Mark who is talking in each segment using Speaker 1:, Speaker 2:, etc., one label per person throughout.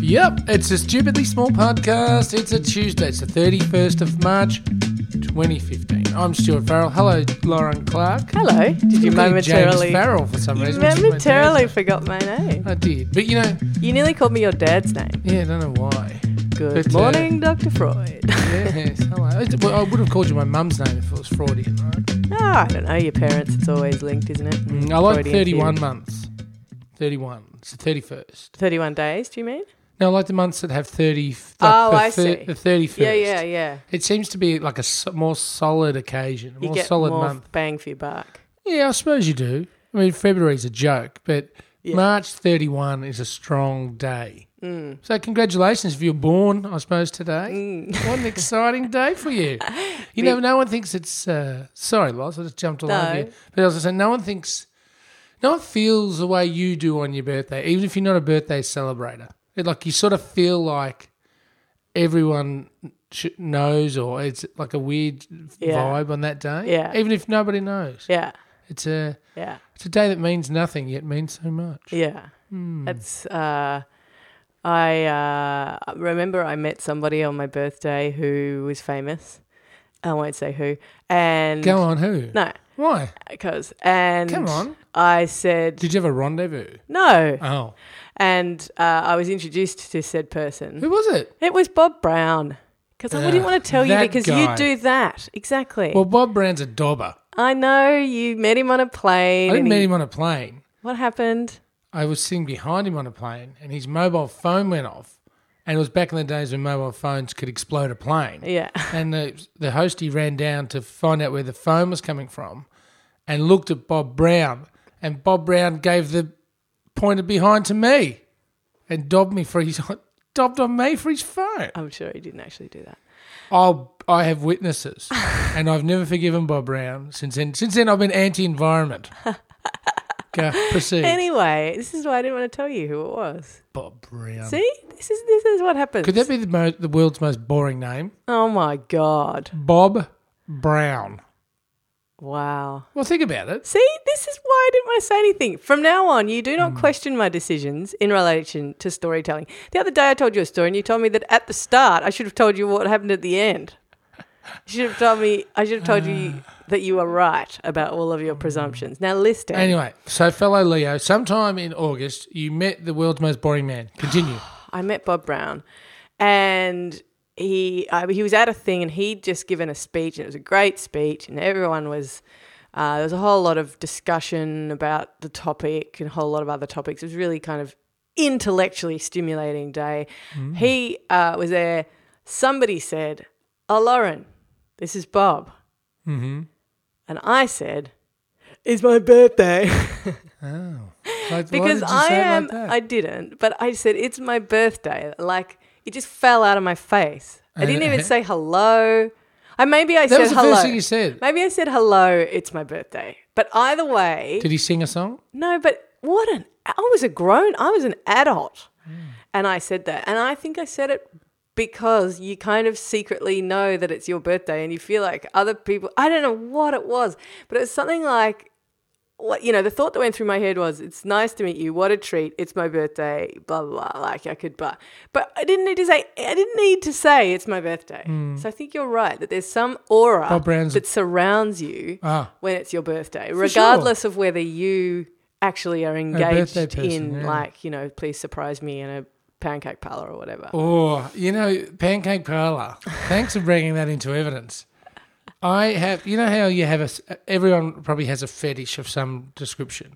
Speaker 1: Yep, it's a stupidly small podcast. It's a Tuesday. It's the 31st of March, 2015. I'm Stuart Farrell. Hello, Lauren Clark.
Speaker 2: Hello. Did you
Speaker 1: Call me
Speaker 2: momentarily
Speaker 1: James Farrell for some
Speaker 2: you
Speaker 1: reason? which is my dad's
Speaker 2: momentarily
Speaker 1: name.
Speaker 2: forgot my name?
Speaker 1: I did. But you know,
Speaker 2: You nearly called me your dad's name.
Speaker 1: yeah, I don't know why.
Speaker 2: Good
Speaker 1: But, uh,
Speaker 2: morning, Dr. Freud.
Speaker 1: Yes, hello. I d- well, I would have called you my mum's name if it was Freudian, right?
Speaker 2: No, Ah, I don't know. Your parents, it's always linked, isn't it?
Speaker 1: Mm, I like
Speaker 2: Freudian
Speaker 1: 31
Speaker 2: theory.
Speaker 1: months. 31. It's the 31st.
Speaker 2: 31 days, do you mean?
Speaker 1: No, I like the months that have 30. Like
Speaker 2: Oh,
Speaker 1: the
Speaker 2: I
Speaker 1: thir-
Speaker 2: see.
Speaker 1: The 31st.
Speaker 2: Yeah, yeah, yeah.
Speaker 1: It seems to be like a s- more solid occasion, a
Speaker 2: You
Speaker 1: more
Speaker 2: get
Speaker 1: solid
Speaker 2: more
Speaker 1: month.
Speaker 2: bang for your buck.
Speaker 1: Yeah, I suppose you do. I mean, February's a joke, but
Speaker 2: Yeah.
Speaker 1: March 31 is a strong day.
Speaker 2: Mm.
Speaker 1: So, congratulations if you're born, I suppose, today.
Speaker 2: Mm.
Speaker 1: What an exciting day for you. You
Speaker 2: The-
Speaker 1: know, no one thinks it's. Uh, sorry, Loz, I just jumped all
Speaker 2: No.
Speaker 1: over you. But I was going to say, no one thinks. No one feels the way you do on your birthday, even if you're not a birthday celebrator. It, like, you sort of feel like everyone sh- knows, or it's like a weird
Speaker 2: Yeah.
Speaker 1: vibe on that day.
Speaker 2: Yeah.
Speaker 1: Even if nobody knows.
Speaker 2: Yeah,
Speaker 1: It's a.
Speaker 2: yeah,
Speaker 1: It's a day that means nothing yet means so much.
Speaker 2: yeah.
Speaker 1: Hmm.
Speaker 2: That's, uh, I uh, remember I met somebody on my birthday who was famous. I won't say who. And
Speaker 1: Go on, who?
Speaker 2: no,
Speaker 1: Why?
Speaker 2: because and
Speaker 1: Come on.
Speaker 2: I said
Speaker 1: Did you have a rendezvous?
Speaker 2: no,
Speaker 1: Oh.
Speaker 2: and uh, I was introduced to said person.
Speaker 1: Who was it?
Speaker 2: It was Bob Brown because I wouldn't
Speaker 1: Ugh,
Speaker 2: want to tell you
Speaker 1: that
Speaker 2: because
Speaker 1: guy.
Speaker 2: you do that exactly.
Speaker 1: Well, Bob Brown's a dobber.
Speaker 2: I know you met him on a
Speaker 1: I
Speaker 2: plane.
Speaker 1: didn't
Speaker 2: and
Speaker 1: meet
Speaker 2: he-
Speaker 1: him on a plane.
Speaker 2: What happened?
Speaker 1: I was sitting behind him on a plane and his mobile phone went off. And it was back in the days when mobile phones could explode a plane.
Speaker 2: Yeah,
Speaker 1: And the, the hostie ran down to find out where the phone was coming from and looked at Bob Brown. And Bob Brown gave the pointer behind to me and dobbed me for his dobbed on me for his phone.
Speaker 2: I'm sure he didn't actually do that.
Speaker 1: I'll, I have witnesses, and I've never forgiven Bob Brown since then. Since then, I've been anti-environment. Go, proceed,
Speaker 2: Anyway, this is why I didn't want to tell you who it was.
Speaker 1: Bob Brown.
Speaker 2: See, this is this is what happens.
Speaker 1: Could that be the, mo- the world's most boring name,
Speaker 2: oh my god!
Speaker 1: Bob Brown?
Speaker 2: Wow.
Speaker 1: Well, think about it.
Speaker 2: See, this is why I didn't want to say anything. From now on, you do not question my decisions in relation to storytelling. The other day, I told you a story, and you told me that at the start, I should have told you what happened at the end. You should have told me. I should have told you that you were right about all of your presumptions. Now list it.
Speaker 1: Anyway, so fellow Leo, sometime in August, you met the world's most boring man. Continue.
Speaker 2: I met Bob Brown, and he I, he was at a thing, and he'd just given a speech, and it was a great speech, and everyone was. Uh, there was a whole lot of discussion about the topic and a whole lot of other topics. It was really kind of intellectually stimulating day. He uh, was there. Somebody said, "Oh, Lauren, this is Bob,"
Speaker 1: Mhm.
Speaker 2: and I said, Mm-hmm. "It's my birthday."
Speaker 1: Like, why
Speaker 2: because
Speaker 1: did you
Speaker 2: I
Speaker 1: say it like
Speaker 2: am.
Speaker 1: that?
Speaker 2: I didn't, but I said it's my birthday. Like it just fell out of my face. I didn't even say hello. I maybe I
Speaker 1: that
Speaker 2: said
Speaker 1: was the
Speaker 2: hello.
Speaker 1: first thing you said.
Speaker 2: Maybe I said hello. It's my birthday. But either way,
Speaker 1: Did he sing a song?
Speaker 2: no. But what an I was a grown. I was an adult, and I said that, and I think I said it. Because you kind of secretly know that it's your birthday and you feel like other people, I don't know what it was, but it was something like what you know, the thought that went through my head was, "It's nice to meet you. What a treat! It's my birthday." Blah blah. blah. Like I could, but but I didn't need to say. I didn't need to say it's my birthday. So I think you're right that there's some aura
Speaker 1: Bob Brown's-
Speaker 2: that surrounds you
Speaker 1: Ah.
Speaker 2: when it's your birthday,
Speaker 1: sure.
Speaker 2: regardless of whether you actually are engaged
Speaker 1: birthday person,
Speaker 2: in
Speaker 1: yeah.
Speaker 2: like you know, please surprise me in a pancake parlor or whatever.
Speaker 1: Oh, you know, Pancake Parlor. Thanks for bringing that into evidence. I have, you know, how you have a, s- everyone probably has a fetish of some description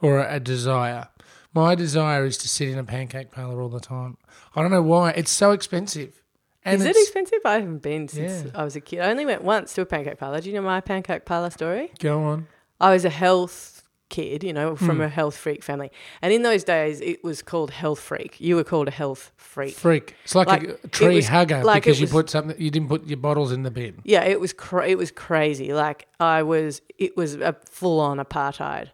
Speaker 1: or a, a desire. My desire is to sit in a pancake parlor all the time. I don't know why. It's so expensive. And
Speaker 2: Is it
Speaker 1: it's-
Speaker 2: expensive? I haven't been since
Speaker 1: Yeah.
Speaker 2: I was a kid. I only went once to a pancake parlor. Do you know my pancake parlor story?
Speaker 1: Go on.
Speaker 2: I was a health kid, you know,
Speaker 1: Hmm.
Speaker 2: from a health freak family. And in those days, it was called health freak. You were called a health freak.
Speaker 1: Freak. It's like,
Speaker 2: Like,
Speaker 1: a g-
Speaker 2: it
Speaker 1: tree
Speaker 2: was-
Speaker 1: hugger
Speaker 2: like, it
Speaker 1: because you
Speaker 2: was-
Speaker 1: put something, you didn't put your bottles in the bin.
Speaker 2: Yeah, it was cra- it was crazy. Like I was, it was a full on apartheid.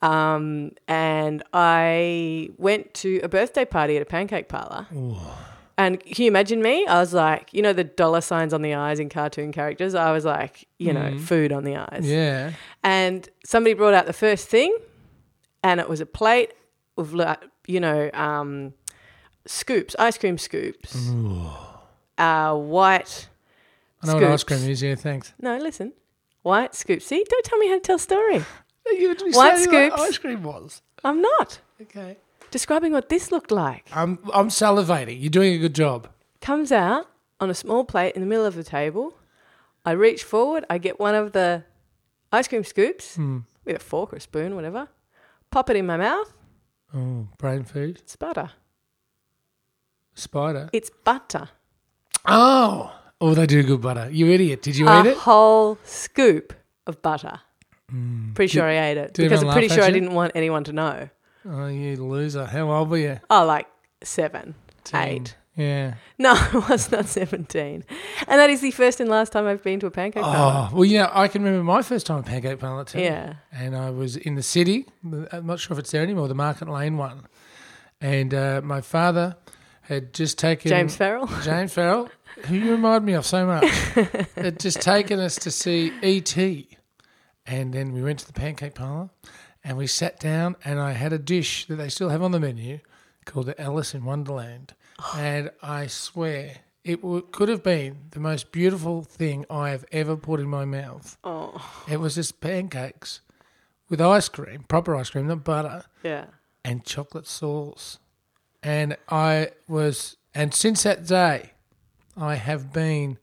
Speaker 2: Um, and I went to a birthday party at a pancake parlor. And can you imagine me? I was like, you know, the dollar signs on the eyes in cartoon characters. I was like, you know, food on the eyes.
Speaker 1: Yeah.
Speaker 2: and somebody brought out the first thing, and it was a plate of like, you know um, scoops, ice cream scoops, uh, white.
Speaker 1: I know what ice
Speaker 2: scoops.
Speaker 1: cream is. Yeah, thanks.
Speaker 2: No, listen. White scoops. See, don't tell me how to tell a story.
Speaker 1: You would be
Speaker 2: White
Speaker 1: saying what
Speaker 2: scoops.
Speaker 1: ice cream was.
Speaker 2: I'm not
Speaker 1: Okay.
Speaker 2: describing what this looked like.
Speaker 1: I'm I'm salivating. You're doing a good job.
Speaker 2: Comes out on a small plate in the middle of the table. I reach forward. I get one of the ice cream scoops
Speaker 1: Hmm.
Speaker 2: with a fork or a spoon, whatever. Pop it in my mouth.
Speaker 1: Oh, brain food.
Speaker 2: It's butter.
Speaker 1: Spider.
Speaker 2: It's butter.
Speaker 1: Oh. Ah. Oh, they do good butter. You idiot. Did you eat
Speaker 2: a
Speaker 1: it?
Speaker 2: whole scoop of butter.
Speaker 1: Hmm.
Speaker 2: Pretty sure I ate it
Speaker 1: did
Speaker 2: because
Speaker 1: everyone
Speaker 2: I'm pretty
Speaker 1: laugh at
Speaker 2: sure I
Speaker 1: you?
Speaker 2: didn't want anyone to know.
Speaker 1: Oh, you loser. How old were you?
Speaker 2: Oh, like seven,
Speaker 1: Teen.
Speaker 2: eight.
Speaker 1: Yeah.
Speaker 2: No, I was not 17. And that is the first and last time I've been to a pancake parlor.
Speaker 1: Oh, well, yeah, I can remember my first time at Pancake Parlor too.
Speaker 2: Yeah.
Speaker 1: And I was in the city. I'm not sure if it's there anymore, the Market Lane one. And uh, my father had just taken
Speaker 2: James Farrell.
Speaker 1: Jane Farrell, who you remind me of so much, had just taken us to see E.T. And then we went to the pancake parlor and we sat down and I had a dish that they still have on the menu called the Alice in Wonderland. And I swear it w- could have been the most beautiful thing I have ever put in my mouth.
Speaker 2: Oh,
Speaker 1: It was just pancakes with ice cream, proper ice cream, not butter
Speaker 2: yeah.
Speaker 1: and chocolate sauce. And I was, and since that day, I have been.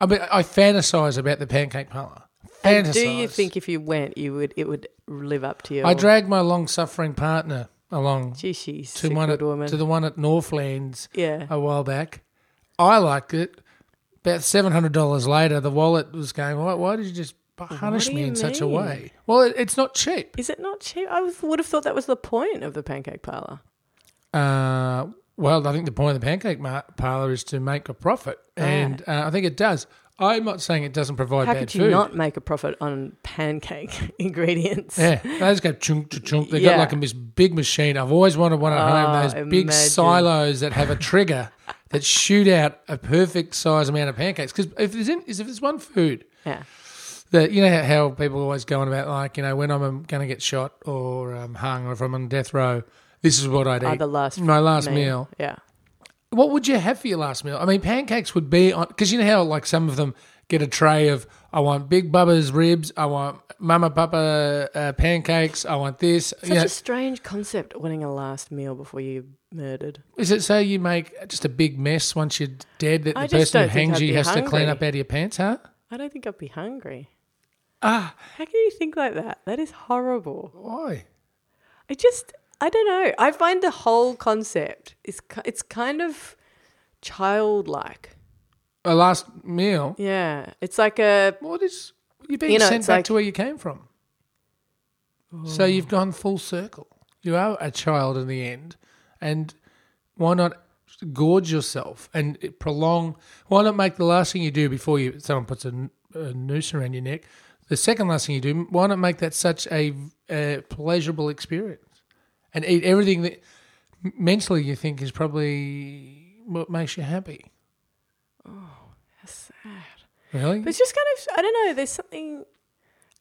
Speaker 1: I mean, I fantasize about the pancake parlor. Fantasize.
Speaker 2: Do you think if you went, you would it would live up to you?
Speaker 1: I dragged my long-suffering partner along
Speaker 2: Gee, she's
Speaker 1: to
Speaker 2: a
Speaker 1: one
Speaker 2: good
Speaker 1: at,
Speaker 2: woman.
Speaker 1: to the one at Northlands
Speaker 2: yeah.
Speaker 1: a while back. I liked it. About seven hundred dollars later, the wallet was going. Why, why did you just punish
Speaker 2: do
Speaker 1: me
Speaker 2: you
Speaker 1: in such a
Speaker 2: mean?
Speaker 1: way? Well, it, it's not cheap.
Speaker 2: Is it not cheap? I was- would have thought that was the point of the pancake parlor.
Speaker 1: Uh, well, I think the point of the pancake mar- parlor is to make a profit, and uh, I think it does. I'm not saying it doesn't provide
Speaker 2: How
Speaker 1: bad
Speaker 2: could you
Speaker 1: food.
Speaker 2: not make a profit on pancake ingredients?
Speaker 1: Yeah, they just go chunk to chunk. They
Speaker 2: Yeah.
Speaker 1: got like a mis- big machine. I've always wanted one at home.
Speaker 2: Oh,
Speaker 1: Those big
Speaker 2: imagine.
Speaker 1: silos that have a trigger that shoot out a perfect size amount of pancakes. Because if there's in, is if there's one food
Speaker 2: Yeah.
Speaker 1: that you know how- how people always go on about, like you know when I'm going to get shot or um, hung or if I'm on death row, this is what I'd
Speaker 2: Oh,
Speaker 1: eat.
Speaker 2: the last
Speaker 1: my last
Speaker 2: meal.
Speaker 1: meal.
Speaker 2: Yeah.
Speaker 1: What would you have for your last meal? I mean, pancakes would be on because you know how like some of them get a tray of I want Big Bubba's ribs, I want Mama Papa uh, pancakes, I want this.
Speaker 2: Such
Speaker 1: you know,
Speaker 2: a strange concept, wanting a last meal before you're murdered.
Speaker 1: is it so you make just a big mess once you're dead that
Speaker 2: I
Speaker 1: the
Speaker 2: just
Speaker 1: person who
Speaker 2: don't think
Speaker 1: hangs
Speaker 2: I'd
Speaker 1: you
Speaker 2: be
Speaker 1: has to clean
Speaker 2: hungry.
Speaker 1: up out of your pants, huh?
Speaker 2: I don't think I'd be hungry.
Speaker 1: Ah,
Speaker 2: How can you think like that? That is horrible.
Speaker 1: why?
Speaker 2: I just, I don't know. I find the whole concept is, ki- it's kind of childlike.
Speaker 1: A last meal?
Speaker 2: Yeah, it's like a
Speaker 1: What is you're being
Speaker 2: You know,
Speaker 1: sent
Speaker 2: it's
Speaker 1: back
Speaker 2: like-
Speaker 1: to where you came from? So you've gone full circle. You are a child in the end, and why not gorge yourself and prolong? Why not make the last thing you do before you someone puts a, a noose around your neck? The second last thing you do, why not make that such a, a pleasurable experience and eat everything that m- mentally you think is probably what makes you happy? Really?
Speaker 2: but it's just kind of, I don't know. There's something.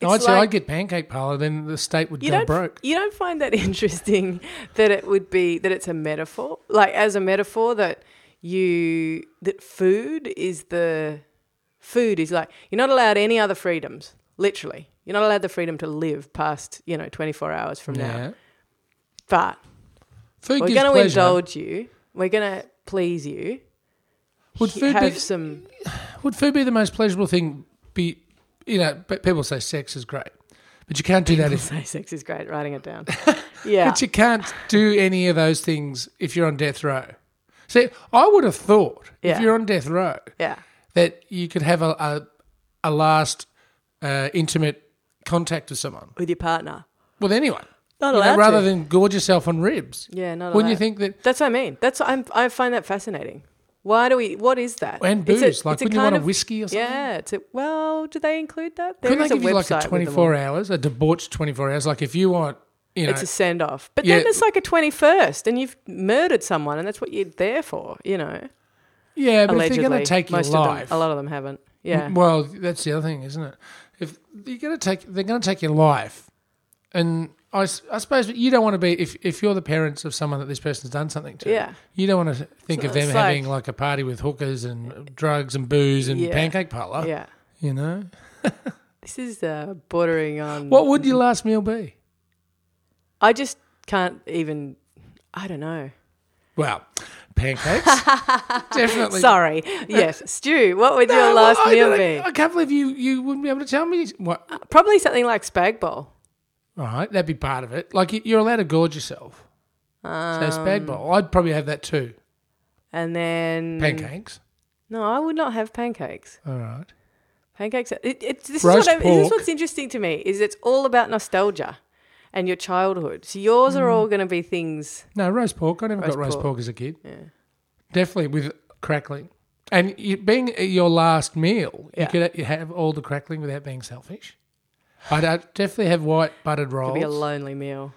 Speaker 1: No, I'd
Speaker 2: it's
Speaker 1: say
Speaker 2: like-
Speaker 1: I'd get pancake parlor, then the state would
Speaker 2: you
Speaker 1: go
Speaker 2: don't
Speaker 1: broke.
Speaker 2: you don't find that interesting that it would be that it's a metaphor like as a metaphor that you that food is the food is like you're not allowed any other freedoms literally you're not allowed the freedom to live past you know 24 hours from now
Speaker 1: Yeah.
Speaker 2: but
Speaker 1: Food
Speaker 2: we're
Speaker 1: gives
Speaker 2: going to
Speaker 1: pleasure.
Speaker 2: indulge you we're going to please you
Speaker 1: Would
Speaker 2: He-
Speaker 1: food be-
Speaker 2: have some
Speaker 1: Would food be the most pleasurable thing? Be you know, but people say sex is great, but you can't do that if.
Speaker 2: say sex is great writing it down yeah
Speaker 1: But you can't do any of those things if you're on death row. See, I would have thought if
Speaker 2: Yeah.
Speaker 1: you're on death row
Speaker 2: yeah
Speaker 1: that you could have a a, a last uh, intimate contact with someone
Speaker 2: with your partner
Speaker 1: with anyone,
Speaker 2: not
Speaker 1: you
Speaker 2: allowed
Speaker 1: know, rather
Speaker 2: to.
Speaker 1: than gorge yourself on ribs.
Speaker 2: yeah not
Speaker 1: Wouldn't you
Speaker 2: allowed.
Speaker 1: think that
Speaker 2: That's what I mean. That's I'm, I find that fascinating. Why do we? What is that?
Speaker 1: and
Speaker 2: It's
Speaker 1: booze?
Speaker 2: a-
Speaker 1: like,
Speaker 2: it's a
Speaker 1: wouldn't you want
Speaker 2: kind
Speaker 1: a
Speaker 2: of-
Speaker 1: whiskey or something?
Speaker 2: Yeah. It's a, well, do they include that? There
Speaker 1: Couldn't
Speaker 2: is
Speaker 1: they give you like
Speaker 2: website
Speaker 1: a
Speaker 2: with them
Speaker 1: 24
Speaker 2: all.
Speaker 1: hours, a debauched 24 hours? Like if you want, you know,
Speaker 2: It's a send off, but
Speaker 1: Yeah.
Speaker 2: then it's like a twenty first, and you've murdered someone, and that's what you're there for. You know,
Speaker 1: yeah, but if
Speaker 2: allegedly,
Speaker 1: they're going to take your
Speaker 2: most
Speaker 1: life,
Speaker 2: of them, a lot of them haven't. Yeah.
Speaker 1: well, that's the other thing, isn't it? If you're going to take, they're going to take your life. and I, s- I suppose you don't want to be if, if you're the parents of someone that this person's done something to.
Speaker 2: Yeah.
Speaker 1: You don't want to think
Speaker 2: So
Speaker 1: of them
Speaker 2: it's like-
Speaker 1: having like a party with hookers and drugs and booze and
Speaker 2: Yeah.
Speaker 1: pancake parlor.
Speaker 2: yeah.
Speaker 1: You know.
Speaker 2: This is uh, bordering on.
Speaker 1: What would your last meal be?
Speaker 2: I just can't even. I don't know.
Speaker 1: Well, pancakes. Definitely.
Speaker 2: Sorry. Yes, Stu. What would
Speaker 1: No,
Speaker 2: your last
Speaker 1: I
Speaker 2: meal
Speaker 1: don't-
Speaker 2: be?
Speaker 1: I can't believe you, you wouldn't be able to tell me what.
Speaker 2: Probably something like spag bowl.
Speaker 1: All right, that'd be part of it. Like you- you're allowed to gorge yourself. so
Speaker 2: Um,
Speaker 1: spag bowl. I'd probably have that too.
Speaker 2: And then
Speaker 1: Pancakes.
Speaker 2: No, I would not have pancakes.
Speaker 1: All right.
Speaker 2: Pancakes. It, it, this, is
Speaker 1: Roast
Speaker 2: what I, this is
Speaker 1: pork.
Speaker 2: what's interesting to me. Is it's all about nostalgia and your childhood. So yours
Speaker 1: Hmm.
Speaker 2: are all going to be things.
Speaker 1: No, roast pork. I never
Speaker 2: Roast
Speaker 1: got roast
Speaker 2: pork.
Speaker 1: pork. as a kid. Definitely with crackling. And you, being your last meal,
Speaker 2: Yeah.
Speaker 1: you could you have all the crackling without being selfish. I'd, I'd definitely have white buttered rolls.
Speaker 2: It'd be a lonely meal.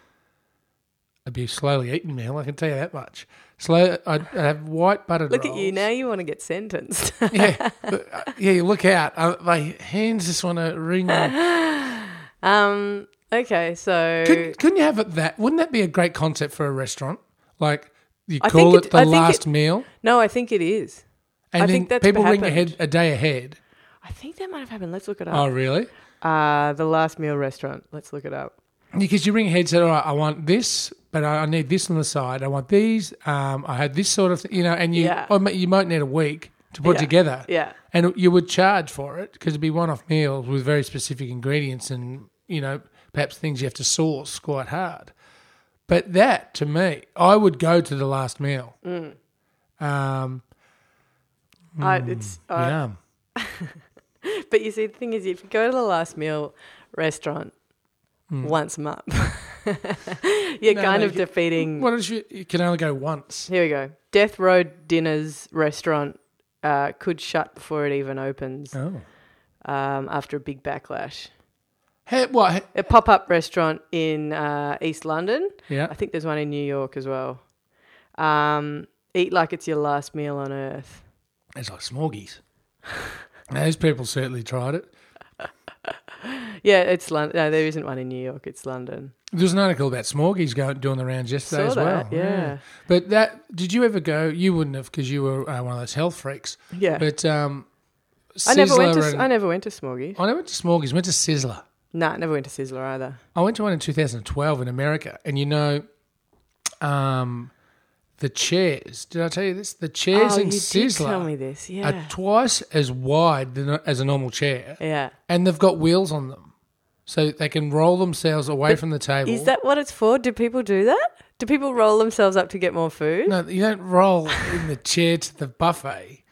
Speaker 1: I'd be a slowly eating meal, I can tell you that much. Slow, I'd, I'd have white buttered
Speaker 2: Look
Speaker 1: rolls.
Speaker 2: at you now. You want to get sentenced.
Speaker 1: yeah, uh, yeah. You look out. Uh, my hands just want to ring.
Speaker 2: um. Okay. So
Speaker 1: Couldn't, couldn't you have it that? Wouldn't that be a great concept for a restaurant? Like you
Speaker 2: I
Speaker 1: call
Speaker 2: think
Speaker 1: it,
Speaker 2: it-
Speaker 1: the
Speaker 2: I think
Speaker 1: last
Speaker 2: it-
Speaker 1: meal,
Speaker 2: no, I think it is.
Speaker 1: and
Speaker 2: I
Speaker 1: then
Speaker 2: think that's
Speaker 1: people ring
Speaker 2: happened.
Speaker 1: ahead a day ahead.
Speaker 2: I think that might have happened. Let's look it
Speaker 1: Oh,
Speaker 2: up.
Speaker 1: really?
Speaker 2: Uh, the last meal restaurant. Let's look it up.
Speaker 1: Because you ring ahead, said, "All right, I want this, but I, I need this on the side. I want these. Um, I had this sort of, th-, you know." And you,
Speaker 2: Yeah.
Speaker 1: or ma- you might need a week to put
Speaker 2: Yeah.
Speaker 1: together,
Speaker 2: Yeah.
Speaker 1: and you would charge for it because it'd be one-off meals with very specific ingredients, and you know, perhaps things you have to source quite hard. But that, to me, I would go to the last meal.
Speaker 2: Mm.
Speaker 1: Um,
Speaker 2: I,
Speaker 1: Hmm.
Speaker 2: it's. I-
Speaker 1: yum.
Speaker 2: But you see, the thing is, if you go to the last meal restaurant once a month, you're
Speaker 1: Hmm. No,
Speaker 2: kind
Speaker 1: no,
Speaker 2: of
Speaker 1: you-
Speaker 2: defeating.
Speaker 1: What is you? You can only go once.
Speaker 2: Here we go. Death Row Dinners restaurant uh, could shut before it even opens
Speaker 1: Oh,
Speaker 2: um, after a big backlash.
Speaker 1: hey, what?
Speaker 2: A pop up restaurant in uh, East London. I
Speaker 1: Yeah,
Speaker 2: think there's one in New York as well. Um, eat like it's your last meal on earth.
Speaker 1: it's like smorgies. Those people certainly tried it.
Speaker 2: Yeah, it's London. No, there isn't one in New York. It's London.
Speaker 1: There was an article about Smorgies going doing the rounds yesterday
Speaker 2: Saw
Speaker 1: as well.
Speaker 2: that. Yeah.
Speaker 1: But that did you ever go? You wouldn't have because you were uh, one of those health freaks.
Speaker 2: Yeah.
Speaker 1: But um,
Speaker 2: I never went
Speaker 1: Sizzler
Speaker 2: to. I
Speaker 1: and-
Speaker 2: never went to Smorgies.
Speaker 1: I never went to Smorgies. Went to Sizzler.
Speaker 2: Nah, never went to Sizzler either.
Speaker 1: I went to one in 2012 in America, and you know, um, the chairs. Did I tell you this? The chairs
Speaker 2: oh,
Speaker 1: in
Speaker 2: you did
Speaker 1: Sizzler
Speaker 2: tell me this.
Speaker 1: are
Speaker 2: Yeah.
Speaker 1: twice as wide than a- as a normal chair,
Speaker 2: yeah.
Speaker 1: and they've got wheels on them, so they can roll themselves away from the table.
Speaker 2: Is that what it's for? Do people do that? Do people roll themselves up to get more food?
Speaker 1: No, you don't roll in the chair to the buffet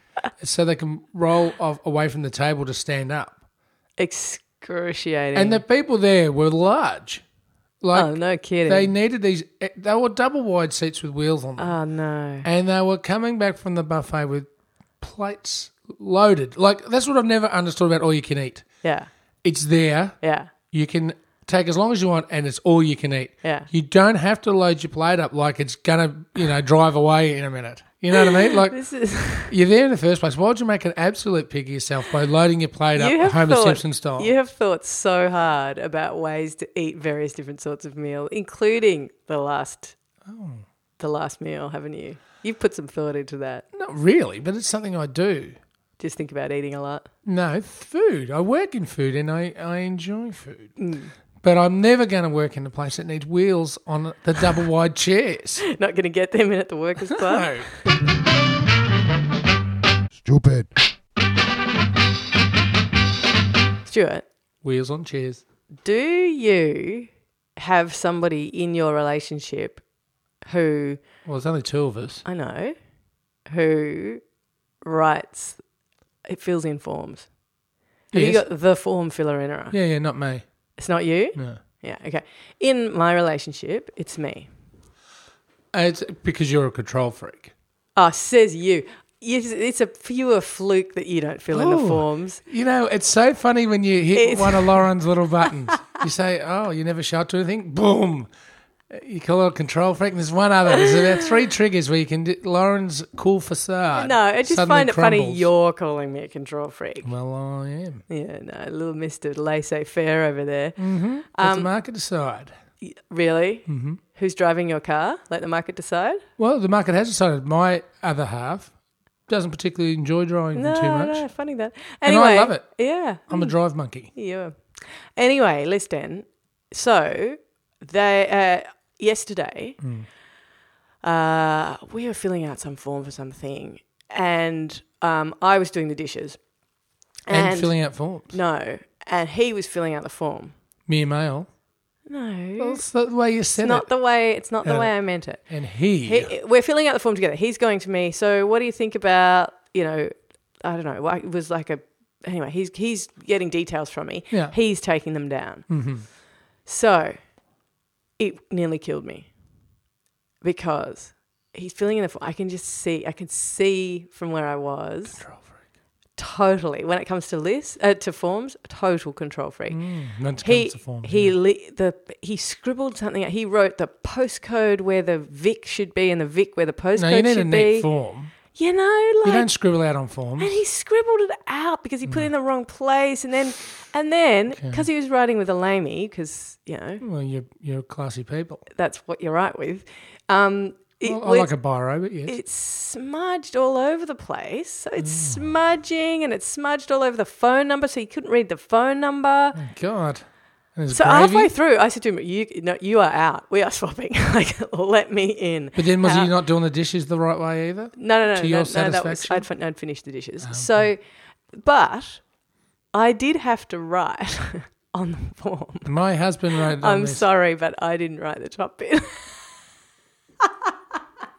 Speaker 1: so they can roll off away from the table to stand up.
Speaker 2: Excruciating.
Speaker 1: And the people there were large. Like
Speaker 2: oh, no kidding.
Speaker 1: they needed these eh, they were double wide seats with wheels on them.
Speaker 2: oh, no.
Speaker 1: and they were coming back from the buffet with plates loaded. Like that's what I've never understood about all you can eat.
Speaker 2: Yeah.
Speaker 1: It's there.
Speaker 2: Yeah.
Speaker 1: You can take as long as you want and it's all you can eat.
Speaker 2: Yeah.
Speaker 1: You don't have to load your plate up like it's gonna, you know, drive away in a minute. You know what I mean? Like
Speaker 2: This is.
Speaker 1: You're there in the first place. Why would you make an absolute pig of yourself by loading your plate
Speaker 2: you
Speaker 1: up
Speaker 2: have
Speaker 1: Homer
Speaker 2: thought,
Speaker 1: Simpson style?
Speaker 2: You have thought so hard about ways to eat various different sorts of meal, including the last.
Speaker 1: Oh.
Speaker 2: The last meal, haven't you? You've put some thought into that.
Speaker 1: Not really, but it's something I do.
Speaker 2: Just think about eating a lot.
Speaker 1: No, food. I work in food and I, I enjoy food.
Speaker 2: Mm.
Speaker 1: But I'm never going to work in a place that needs wheels on the double wide chairs.
Speaker 2: Not going to get them in at the workers' club.
Speaker 1: No.
Speaker 3: Stupid.
Speaker 2: Stuart,
Speaker 1: Wheels on chairs.
Speaker 2: do you have somebody in your relationship who
Speaker 1: Well, there's only two of us.
Speaker 2: I know who writes it fills in forms? Have you
Speaker 1: Yes.
Speaker 2: got the form filler in her?
Speaker 1: yeah, yeah, not me.
Speaker 2: It's not you?
Speaker 1: No.
Speaker 2: Yeah, okay. In my relationship, it's me.
Speaker 1: It's because you're a control freak.
Speaker 2: Oh, says you. Yes, It's a pure fluke that you don't fill in the
Speaker 1: Oh.
Speaker 2: forms.
Speaker 1: You know, it's so funny when you hit
Speaker 2: It's-
Speaker 1: one of Lauren's little buttons. you say, "Oh, you never shut to anything." Boom. You call it a control freak. And there's one other. There's about three triggers where you can. Do, Lauren's cool facade.
Speaker 2: No, I just
Speaker 1: Uh, suddenly
Speaker 2: find it funny
Speaker 1: crumbles.
Speaker 2: you're calling me a control freak.
Speaker 1: Well, I am.
Speaker 2: Yeah, no, little Mr. Laissez faire over there.
Speaker 1: Mm. Let
Speaker 2: Um,
Speaker 1: the market decide.
Speaker 2: Y- Really? Mm-hmm. Who's driving your car? Let the market decide?
Speaker 1: Well, the market has decided. My other half doesn't particularly enjoy driving
Speaker 2: No,
Speaker 1: too much.
Speaker 2: no, funny that.
Speaker 1: And
Speaker 2: Anyway,
Speaker 1: I love it.
Speaker 2: Yeah.
Speaker 1: I'm a drive monkey.
Speaker 2: Yeah. Anyway, listen. So they uh, yesterday,
Speaker 1: Hmm.
Speaker 2: uh, we were filling out some form for something, and um, I was doing the dishes,
Speaker 1: And, filling out forms.
Speaker 2: no, and he was filling out the form.
Speaker 1: Mere male.
Speaker 2: No,
Speaker 1: Well, it's the way you
Speaker 2: it's
Speaker 1: said
Speaker 2: Mm. not
Speaker 1: it.
Speaker 2: the way. It's not the
Speaker 1: Yeah.
Speaker 2: way I meant it.
Speaker 1: And he.
Speaker 2: He, We're filling out the form together. He's going to me. So what do you think about you know? I don't know. It was like a anyway. He's he's getting details from me.
Speaker 1: Yeah. Mm-hmm.
Speaker 2: He's taking them down. So it nearly killed me because he's filling in the form. I can just see. I can see from where I was.
Speaker 1: Control freak.
Speaker 2: Totally. When it comes to lists, uh, to forms, total control freak
Speaker 1: Mm, when it
Speaker 2: he
Speaker 1: comes to forms,
Speaker 2: he
Speaker 1: yeah.
Speaker 2: li- the he scribbled something out. He wrote the postcode where the Vic should be and the Vic where the postcode
Speaker 1: No, you need a
Speaker 2: should
Speaker 1: neat
Speaker 2: be.
Speaker 1: form.
Speaker 2: You know,
Speaker 1: You
Speaker 2: like
Speaker 1: don't Mm. scribble out on forms.
Speaker 2: and he scribbled it out because he put it in the wrong place, and then and then because he was writing with a lamey, because you know
Speaker 1: Well, you're, you're classy people.
Speaker 2: that's what you're right with. Um, it
Speaker 1: Well, I
Speaker 2: was-
Speaker 1: like a biro, but yes.
Speaker 2: it's smudged all over the place. So it's
Speaker 1: Mm.
Speaker 2: smudging and it's smudged all over the phone number, so he couldn't read the phone number.
Speaker 1: God. And there's
Speaker 2: So
Speaker 1: gravy.
Speaker 2: halfway through, I said to him, "You, no, you are out. We are swapping. like, let me in."
Speaker 1: But then was
Speaker 2: Uh,
Speaker 1: he not doing the dishes the right way either?
Speaker 2: No, no, no,
Speaker 1: to
Speaker 2: no,
Speaker 1: your
Speaker 2: no. That was
Speaker 1: satisfaction? Ah,
Speaker 2: I'd, fin- I'd finished the dishes. So, but I did have to write on the form.
Speaker 1: My husband wrote it on
Speaker 2: I'm
Speaker 1: this.
Speaker 2: sorry, but I didn't write the top bit.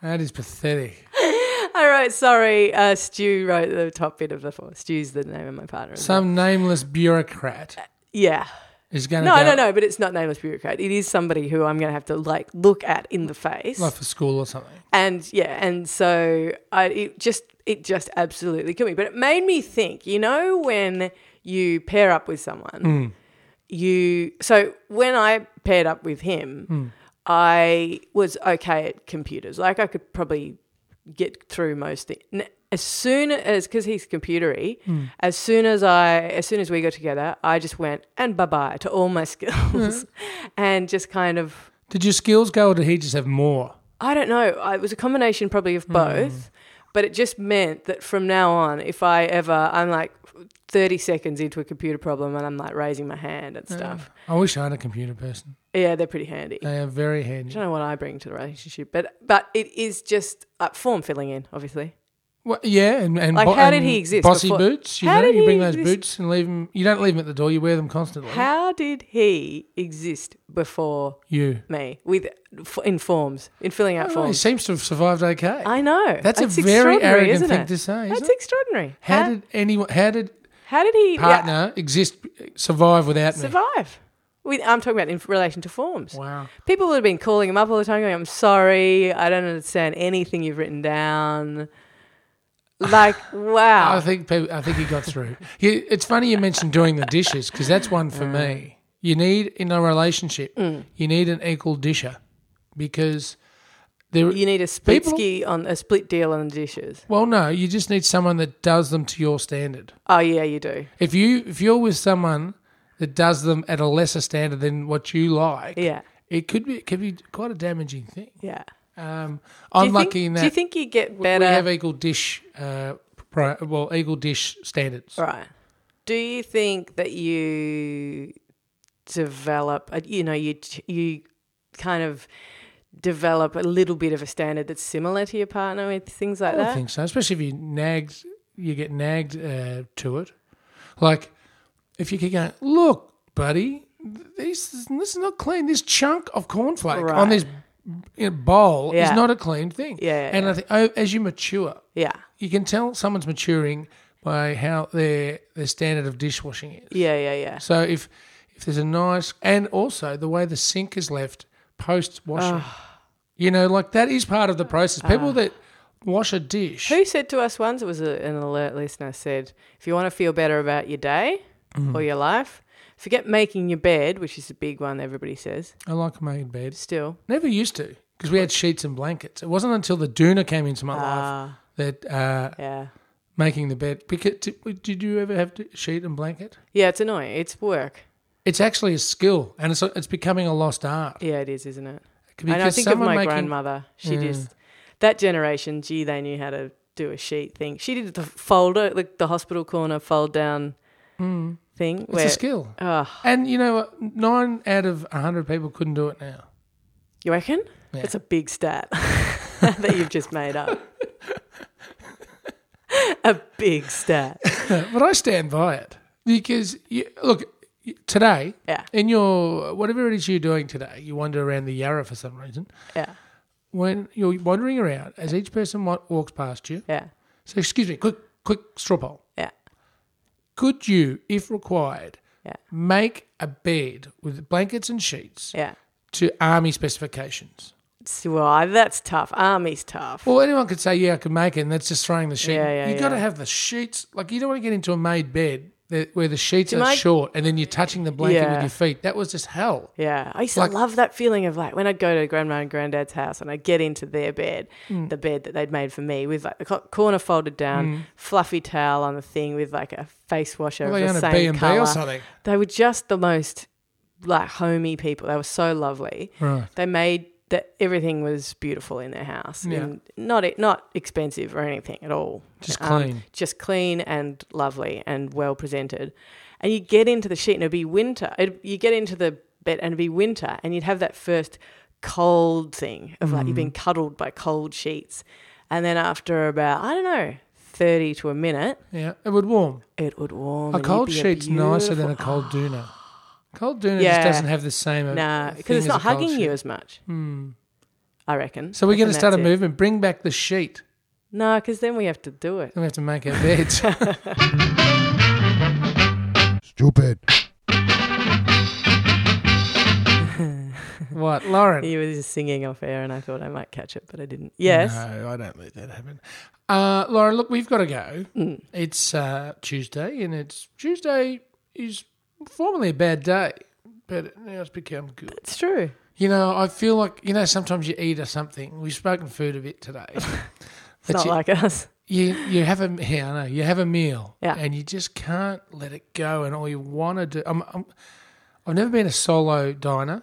Speaker 1: That is pathetic.
Speaker 2: I wrote, "Sorry, uh, Stu wrote the top bit of the form." Stu's the name of my partner. isn't it?
Speaker 1: Some nameless bureaucrat
Speaker 2: yeah.
Speaker 1: is going to
Speaker 2: No,
Speaker 1: go
Speaker 2: no, no. But it's not nameless bureaucrat. It is somebody who I'm going to have to like look at in the face.
Speaker 1: like for school or something.
Speaker 2: and yeah and so i it just it just absolutely killed me but it made me think you know when you pair up with someone you so when i paired up with him i was okay at computers like i could probably get through most things as soon as because he's computery as soon as i as soon as we got together i just went and bye-bye to all my skills and just kind of
Speaker 1: Did your skills go or did he just have more?
Speaker 2: I don't know. I- It was a combination probably of both,
Speaker 1: Hmm.
Speaker 2: but it just meant that from now on, if I ever, I'm like 30 seconds into a computer problem and I'm like raising my hand
Speaker 1: Hmm.
Speaker 2: and stuff.
Speaker 1: I wish I had a computer person.
Speaker 2: Yeah, they're pretty handy.
Speaker 1: They are very
Speaker 2: I
Speaker 1: handy.
Speaker 2: don't know what I bring to the relationship, but but it is just uh, form filling in, obviously.
Speaker 1: Well, yeah, and, and
Speaker 2: Like,
Speaker 1: bo-
Speaker 2: how did
Speaker 1: and
Speaker 2: he exist
Speaker 1: Bossy
Speaker 2: before-
Speaker 1: boots. You
Speaker 2: How
Speaker 1: know,
Speaker 2: did
Speaker 1: you
Speaker 2: he
Speaker 1: bring those
Speaker 2: exist?
Speaker 1: boots and leave them. You don't leave them at the door. You wear them constantly.
Speaker 2: How did he exist before
Speaker 1: you.
Speaker 2: me with f- in forms in filling out
Speaker 1: Well, he
Speaker 2: forms?
Speaker 1: seems to have survived okay.
Speaker 2: I know
Speaker 1: Oh, That's a very
Speaker 2: extraordinary,
Speaker 1: arrogant
Speaker 2: isn't
Speaker 1: thing
Speaker 2: it?
Speaker 1: to say,
Speaker 2: That's
Speaker 1: isn't it?
Speaker 2: extraordinary.
Speaker 1: how did anyone? How did
Speaker 2: how did he yeah,
Speaker 1: partner exist survive without me?
Speaker 2: survive? We, I'm talking about in relation to forms.
Speaker 1: Wow.
Speaker 2: People would have been calling him up all the time, going, "I'm sorry, I don't understand anything you've written down." Like,
Speaker 1: I
Speaker 2: wow,
Speaker 1: think people, I think he got through. You, it's funny you mentioned doing the dishes because that's one for me. You need in a relationship,
Speaker 2: Mm.
Speaker 1: you need an equal disher because there.
Speaker 2: you need a split
Speaker 1: people-
Speaker 2: ski on a split deal on the dishes.
Speaker 1: well, no, you just need someone that does them to your standard.
Speaker 2: Oh yeah, you do.
Speaker 1: If you if you're with someone that does them at a lesser standard than what you like,
Speaker 2: Yeah,
Speaker 1: it could be it could be quite a damaging thing.
Speaker 2: yeah.
Speaker 1: Um,
Speaker 2: Do
Speaker 1: I'm
Speaker 2: you
Speaker 1: lucky
Speaker 2: think,
Speaker 1: in
Speaker 2: Do you
Speaker 1: that
Speaker 2: think you get
Speaker 1: we
Speaker 2: better?
Speaker 1: have equal dish, uh, pri well, equal dish standards.
Speaker 2: right. Do you think that you develop? a- You know, you you kind of develop a little bit of a standard that's similar to your partner with things like
Speaker 1: I
Speaker 2: that.
Speaker 1: think so, especially if you nagged, you get nagged uh, to it. Like if you keep going, look, buddy, th- this is, this is not clean. This chunk of cornflake
Speaker 2: Right.
Speaker 1: on this you know, bowl
Speaker 2: Yeah.
Speaker 1: is not a clean thing.
Speaker 2: Yeah, yeah,
Speaker 1: and I think oh, as you mature,
Speaker 2: yeah.
Speaker 1: you can tell someone's maturing by how their their standard of dishwashing is.
Speaker 2: Yeah, yeah, yeah.
Speaker 1: So if if there's a nice and also the way the sink is left post washing,
Speaker 2: Ah.
Speaker 1: you know, like that is part of the process. People that wash a dish.
Speaker 2: Who said to us once,
Speaker 1: Mm-hmm.
Speaker 2: it was a, an alert listener said, if you want to feel better about your day or your life, Forget making your bed, which is a big one everybody says.
Speaker 1: I like making beds.
Speaker 2: Still.
Speaker 1: Never used to because we had sheets and blankets. It wasn't until the doona came into my life
Speaker 2: Ah,
Speaker 1: that uh,
Speaker 2: yeah.
Speaker 1: making the bed. Because did, did you ever have to sheet and blanket?
Speaker 2: Yeah, it's annoying. It's work.
Speaker 1: It's actually a skill, and it's it's becoming a lost art.
Speaker 2: Yeah, it is, isn't it?
Speaker 1: Because
Speaker 2: and I think of
Speaker 1: someone
Speaker 2: my
Speaker 1: making-
Speaker 2: grandmother. She
Speaker 1: Yeah.
Speaker 2: just that generation. Gee, they knew how to do a sheet thing. She did the folder, the, the hospital corner fold down
Speaker 1: Mm.
Speaker 2: thing.
Speaker 1: it's a skill,
Speaker 2: Oh,
Speaker 1: and you know what? nine out of hundred people couldn't do it now.
Speaker 2: you reckon?
Speaker 1: Yeah.
Speaker 2: It's a big stat that you've just made up. a big stat.
Speaker 1: but I stand by it because you, look today
Speaker 2: Yeah.
Speaker 1: in your whatever it is you're doing today, you wander around the Yarra for some reason.
Speaker 2: Yeah.
Speaker 1: When you're wandering around, as each person wa- walks past you,
Speaker 2: Yeah.
Speaker 1: so excuse me, quick, quick straw poll.
Speaker 2: Yeah.
Speaker 1: Could you, if required,
Speaker 2: Yeah.
Speaker 1: make a bed with blankets and sheets
Speaker 2: Yeah.
Speaker 1: to army specifications?
Speaker 2: So, well, that's tough. Army's tough.
Speaker 1: Well, anyone could say, "Yeah, I could make it," and that's just throwing the sheet.
Speaker 2: Yeah, yeah,
Speaker 1: you got to
Speaker 2: yeah.
Speaker 1: have the sheets. Like you don't want to get into a made bed that, where the sheets
Speaker 2: Do
Speaker 1: are
Speaker 2: you make-
Speaker 1: short, and then you're touching the blanket with
Speaker 2: Yeah.
Speaker 1: your feet. That was just hell.
Speaker 2: Yeah, I used
Speaker 1: Like-
Speaker 2: to love that feeling of like when I'd go to grandma and granddad's house and I'd get into their bed,
Speaker 1: Mm.
Speaker 2: the bed that they'd made for me with like the co- corner folded down, fluffy towel on the thing with like a face washer
Speaker 1: Well, they
Speaker 2: of
Speaker 1: own
Speaker 2: the
Speaker 1: a B
Speaker 2: same
Speaker 1: and B or
Speaker 2: color.
Speaker 1: something,
Speaker 2: They were just the most like homey people. They were so lovely.
Speaker 1: right?
Speaker 2: They made that everything was beautiful in their house
Speaker 1: Yeah.
Speaker 2: and not e, not expensive or anything at all.
Speaker 1: Just
Speaker 2: Um,
Speaker 1: clean.
Speaker 2: just clean and lovely and well presented. And you get into the sheet and it'd be winter. It'd, you get into the bed and it'd be winter and you'd have that first cold thing of
Speaker 1: Mm-hmm.
Speaker 2: like you've been cuddled by cold sheets. And then after about, I don't know, 30 to a minute,
Speaker 1: Yeah, it would warm.
Speaker 2: it would warm.
Speaker 1: A
Speaker 2: and
Speaker 1: cold
Speaker 2: you'd be a
Speaker 1: sheet's nicer than a
Speaker 2: beautiful-
Speaker 1: cold doona. Cold doona
Speaker 2: Yeah.
Speaker 1: just doesn't have the same.
Speaker 2: Nah,
Speaker 1: thing
Speaker 2: because it's
Speaker 1: as
Speaker 2: not
Speaker 1: a cold
Speaker 2: hugging you
Speaker 1: sheet. Hmm.
Speaker 2: as much. I reckon.
Speaker 1: So we're
Speaker 2: I
Speaker 1: going to
Speaker 2: think
Speaker 1: start a
Speaker 2: that's it.
Speaker 1: movement. Bring back the sheet.
Speaker 2: No, because then we have to do it.
Speaker 1: Then we have to make our beds.
Speaker 3: Stupid.
Speaker 1: what, Lauren?
Speaker 2: You were just singing off air and I thought I might catch it, but I didn't. Yes.
Speaker 1: No, I don't let that happen. Uh, Lauren, look, we've got to go.
Speaker 2: Mm.
Speaker 1: It's uh, Tuesday, and it's Tuesday is formerly a bad day, but now it's become good.
Speaker 2: It's true.
Speaker 1: You know, I feel like you know sometimes you eat or something. We've spoken food a bit today.
Speaker 2: It's
Speaker 1: But
Speaker 2: not
Speaker 1: you-
Speaker 2: like us.
Speaker 1: you you have a yeah, I know you have a meal,
Speaker 2: Yeah.
Speaker 1: and you just can't let it go, and all you want to do. I'm, I'm, I've never been a solo diner,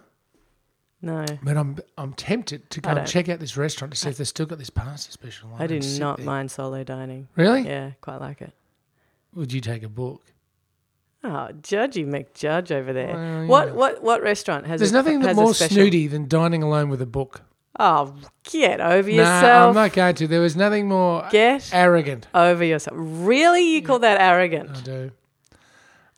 Speaker 2: No.
Speaker 1: but I'm I'm tempted to go
Speaker 2: I
Speaker 1: and
Speaker 2: don't.
Speaker 1: check out this restaurant to see if they've still got this pasta special. on
Speaker 2: I do
Speaker 1: and sit
Speaker 2: not
Speaker 1: there.
Speaker 2: mind solo dining.
Speaker 1: Really?
Speaker 2: Yeah, quite like it.
Speaker 1: Would you take a book?
Speaker 2: Oh, Judgy McJudge over there.
Speaker 1: Well, yeah.
Speaker 2: What what what restaurant has?
Speaker 1: There's
Speaker 2: a,
Speaker 1: nothing that
Speaker 2: has a
Speaker 1: more
Speaker 2: special-
Speaker 1: snooty than dining alone with a book.
Speaker 2: Oh, get over
Speaker 1: Nah, I'm
Speaker 2: yourself.
Speaker 1: not going to. There was nothing more
Speaker 2: Get
Speaker 1: arrogant.
Speaker 2: over yourself. Really, you call that arrogant?
Speaker 1: I do.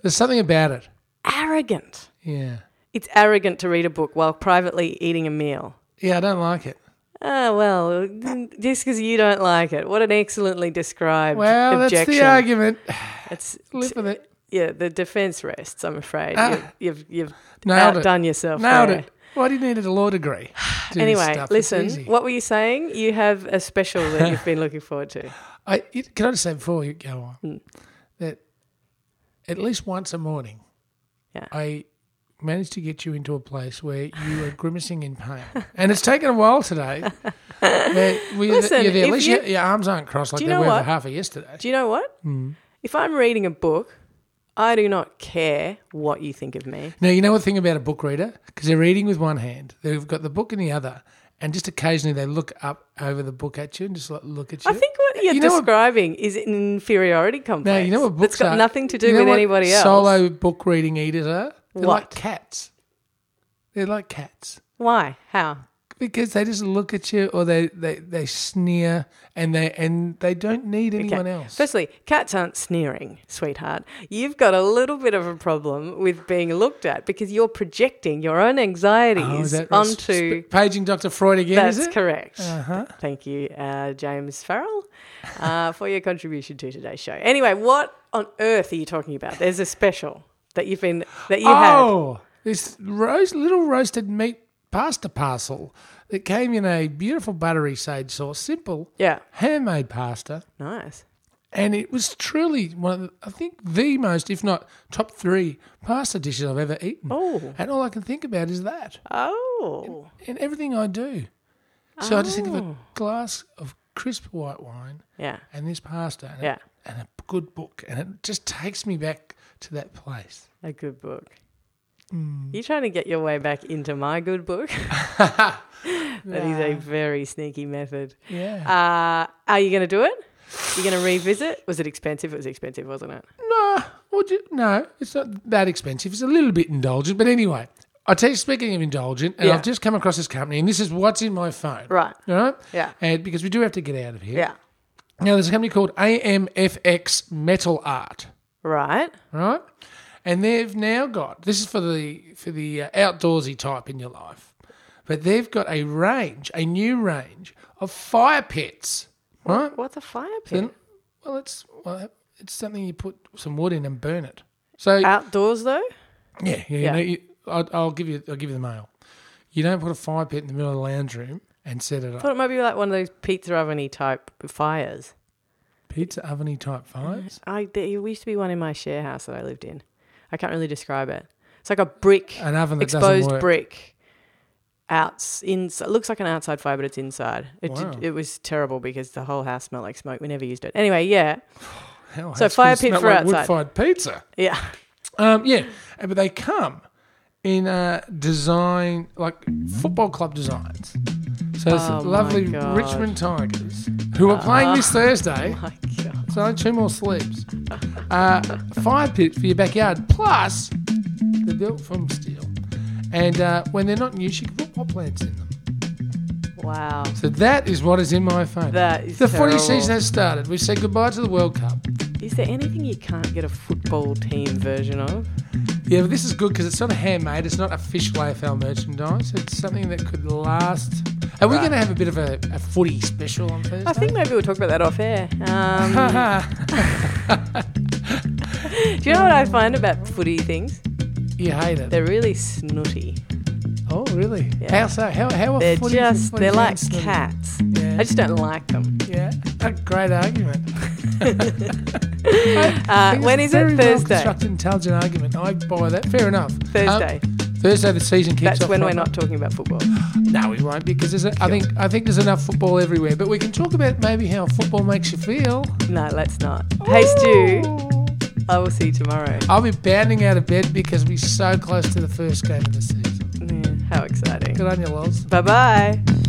Speaker 1: There's something about it.
Speaker 2: Arrogant.
Speaker 1: Yeah.
Speaker 2: It's arrogant to read a book while privately eating a meal.
Speaker 1: Yeah, I don't like it.
Speaker 2: Oh well, just because you don't like it. What an excellently described
Speaker 1: Well,
Speaker 2: objection.
Speaker 1: that's the argument.
Speaker 2: It's-
Speaker 1: Live with it.
Speaker 2: yeah, the defense rests. I'm afraid
Speaker 1: Ah.
Speaker 2: you've you've, you've
Speaker 1: Nailed it.
Speaker 2: outdone yourself.
Speaker 1: Nailed
Speaker 2: there.
Speaker 1: it. Why do you need a law degree? to do this
Speaker 2: Anyway,
Speaker 1: stuff? It's
Speaker 2: listen,
Speaker 1: easy.
Speaker 2: what were you saying? You have a special that you've been looking forward to.
Speaker 1: I, it- can I just say before you go on
Speaker 2: Mm.
Speaker 1: that at least once a morning,
Speaker 2: Yeah.
Speaker 1: I managed to get you into a place where you are grimacing in pain, and it's taken a while today. that we,
Speaker 2: Listen,
Speaker 1: you're there. At
Speaker 2: if
Speaker 1: least
Speaker 2: you-
Speaker 1: your, your arms aren't crossed like
Speaker 2: Do
Speaker 1: they
Speaker 2: you know
Speaker 1: were for
Speaker 2: what?
Speaker 1: half of yesterday.
Speaker 2: Do you know what?
Speaker 1: Hmm.
Speaker 2: If I'm reading a book, I do not care what you think of me.
Speaker 1: Now you know what thing about a book reader because they're reading with one hand, they've got the book in the other, and just occasionally they look up over the book at you and just like look at you.
Speaker 2: I think what you're
Speaker 1: You know what-
Speaker 2: describing is an inferiority
Speaker 1: now
Speaker 2: complex.
Speaker 1: you know what books
Speaker 2: That's got
Speaker 1: are?
Speaker 2: nothing to do
Speaker 1: You know
Speaker 2: with
Speaker 1: what
Speaker 2: anybody else.
Speaker 1: Solo book reading eaters are they're like
Speaker 2: What?
Speaker 1: cats. They're like cats.
Speaker 2: Why? How?
Speaker 1: Because they just look at you or they, they, they sneer and they and they don't need anyone else.
Speaker 2: Firstly, cats aren't sneering, sweetheart. You've got a little bit of a problem with being looked at because you're projecting your own
Speaker 1: Oh, is
Speaker 2: anxieties
Speaker 1: that right?
Speaker 2: onto
Speaker 1: Sp- paging Dr. Freud again,
Speaker 2: That's
Speaker 1: is it?
Speaker 2: correct.
Speaker 1: Uh-huh.
Speaker 2: Thank you, uh, James Farrell, uh, for your contribution to today's show. Anyway, what on earth are you talking about? There's a special that you've been that you had.
Speaker 1: oh, this roast, little roasted meat pasta parcel that came in a beautiful buttery sage sauce, simple
Speaker 2: Yeah,
Speaker 1: handmade pasta,
Speaker 2: nice.
Speaker 1: and it was truly one of the, I think the most, if not top three, pasta dishes I've ever eaten.
Speaker 2: Oh.
Speaker 1: And all I can think about is that
Speaker 2: Oh.
Speaker 1: in everything I do. So I just think of a glass of crisp white wine
Speaker 2: Yeah.
Speaker 1: and this pasta and,
Speaker 2: Yeah.
Speaker 1: a, and a good book, and it just takes me back to that place.
Speaker 2: A good book. You trying to get your way back into my good book? That is a very sneaky method.
Speaker 1: Yeah.
Speaker 2: Uh, are you going to do it? You're going to revisit? Was it expensive? It was expensive, wasn't it?
Speaker 1: No, would you? No, it's not that expensive. It's a little bit indulgent, but anyway, I tell you. Speaking of indulgent, and
Speaker 2: Yeah.
Speaker 1: I've just come across this company, and this is what's in my phone.
Speaker 2: Right.
Speaker 1: All right.
Speaker 2: Yeah.
Speaker 1: And because we do have to get out of here.
Speaker 2: Yeah.
Speaker 1: Now there's a company called AMFX Metal Art.
Speaker 2: Right.
Speaker 1: Right. And they've now got this is for the for the uh, outdoorsy type in your life, but they've got a range, a new range of fire pits. Right.
Speaker 2: What's a fire pit?
Speaker 1: Then, well, it's well, it's something you put some wood in and burn it. So
Speaker 2: Outdoors, though?
Speaker 1: Yeah, yeah.
Speaker 2: Yeah.
Speaker 1: You know, you, I, I'll give you. I'll give you the mail. You don't put a fire pit in the middle of the lounge room and set it up.
Speaker 2: thought it might be like one of those pizza oveny type fires.
Speaker 1: Pizza oveny type fires.
Speaker 2: I there used to be one in my share house that I lived in. I can't really describe it. It's like a brick,
Speaker 1: An oven that doesn't
Speaker 2: exposed
Speaker 1: work.
Speaker 2: brick. Outs inside looks like an outside fire, but it's inside. It did-
Speaker 1: Wow.
Speaker 2: it was terrible because the whole house smelled like smoke. We never used it. Anyway, yeah,
Speaker 1: Hell,
Speaker 2: So
Speaker 1: it's gonna
Speaker 2: fire pit
Speaker 1: smell
Speaker 2: for
Speaker 1: like
Speaker 2: outside.
Speaker 1: Wood-fired pizza.
Speaker 2: yeah,
Speaker 1: Um, yeah, Uh, but they come in a design like football club designs. So it's
Speaker 2: Oh,
Speaker 1: the lovely
Speaker 2: my God. Uh-huh.
Speaker 1: Richmond Tigers who are playing this Thursday.
Speaker 2: Oh my God.
Speaker 1: So only two more sleeps. Uh, fire pit for your backyard. Plus, they're built from steel, and uh, when they're not in use, you can put pot plants in them.
Speaker 2: wow,
Speaker 1: So that is what is in my phone.
Speaker 2: that is
Speaker 1: the
Speaker 2: terrible.
Speaker 1: footy season has started. We said goodbye to the World Cup.
Speaker 2: Is there anything you can't get a football team version of?
Speaker 1: Yeah, but this is good because it's not handmade. It's not official AFL merchandise. It's something that could last. Are we going to have a bit of a, a footy special on Thursday?
Speaker 2: I think maybe we'll talk about that off air. Um, do you know what I find about footy things?
Speaker 1: you hate it.
Speaker 2: They're really snooty.
Speaker 1: oh, really?
Speaker 2: Yeah.
Speaker 1: How so? How, how are
Speaker 2: They're
Speaker 1: footy
Speaker 2: just
Speaker 1: footy
Speaker 2: they're like
Speaker 1: fans not-
Speaker 2: cats.
Speaker 1: Yeah.
Speaker 2: I just don't like them.
Speaker 1: Yeah, a great argument.
Speaker 2: Uh, when is it? Thursday.
Speaker 1: Constructed, intelligent argument. I buy that. Fair enough. Um,
Speaker 2: Thursday.
Speaker 1: Thursday, the season kicks
Speaker 2: That's
Speaker 1: off.
Speaker 2: when we're
Speaker 1: proper.
Speaker 2: not talking about football.
Speaker 1: No, we won't because there's a, I think I think there's enough football everywhere. But we can talk about maybe how football makes you feel.
Speaker 2: No, let's not. Hey Stu,
Speaker 1: Ooh.
Speaker 2: I will see you tomorrow.
Speaker 1: I'll be bounding out of bed because we're so close to the first game of the season.
Speaker 2: Yeah, how exciting.
Speaker 1: Good on you, Lols.
Speaker 2: Bye bye.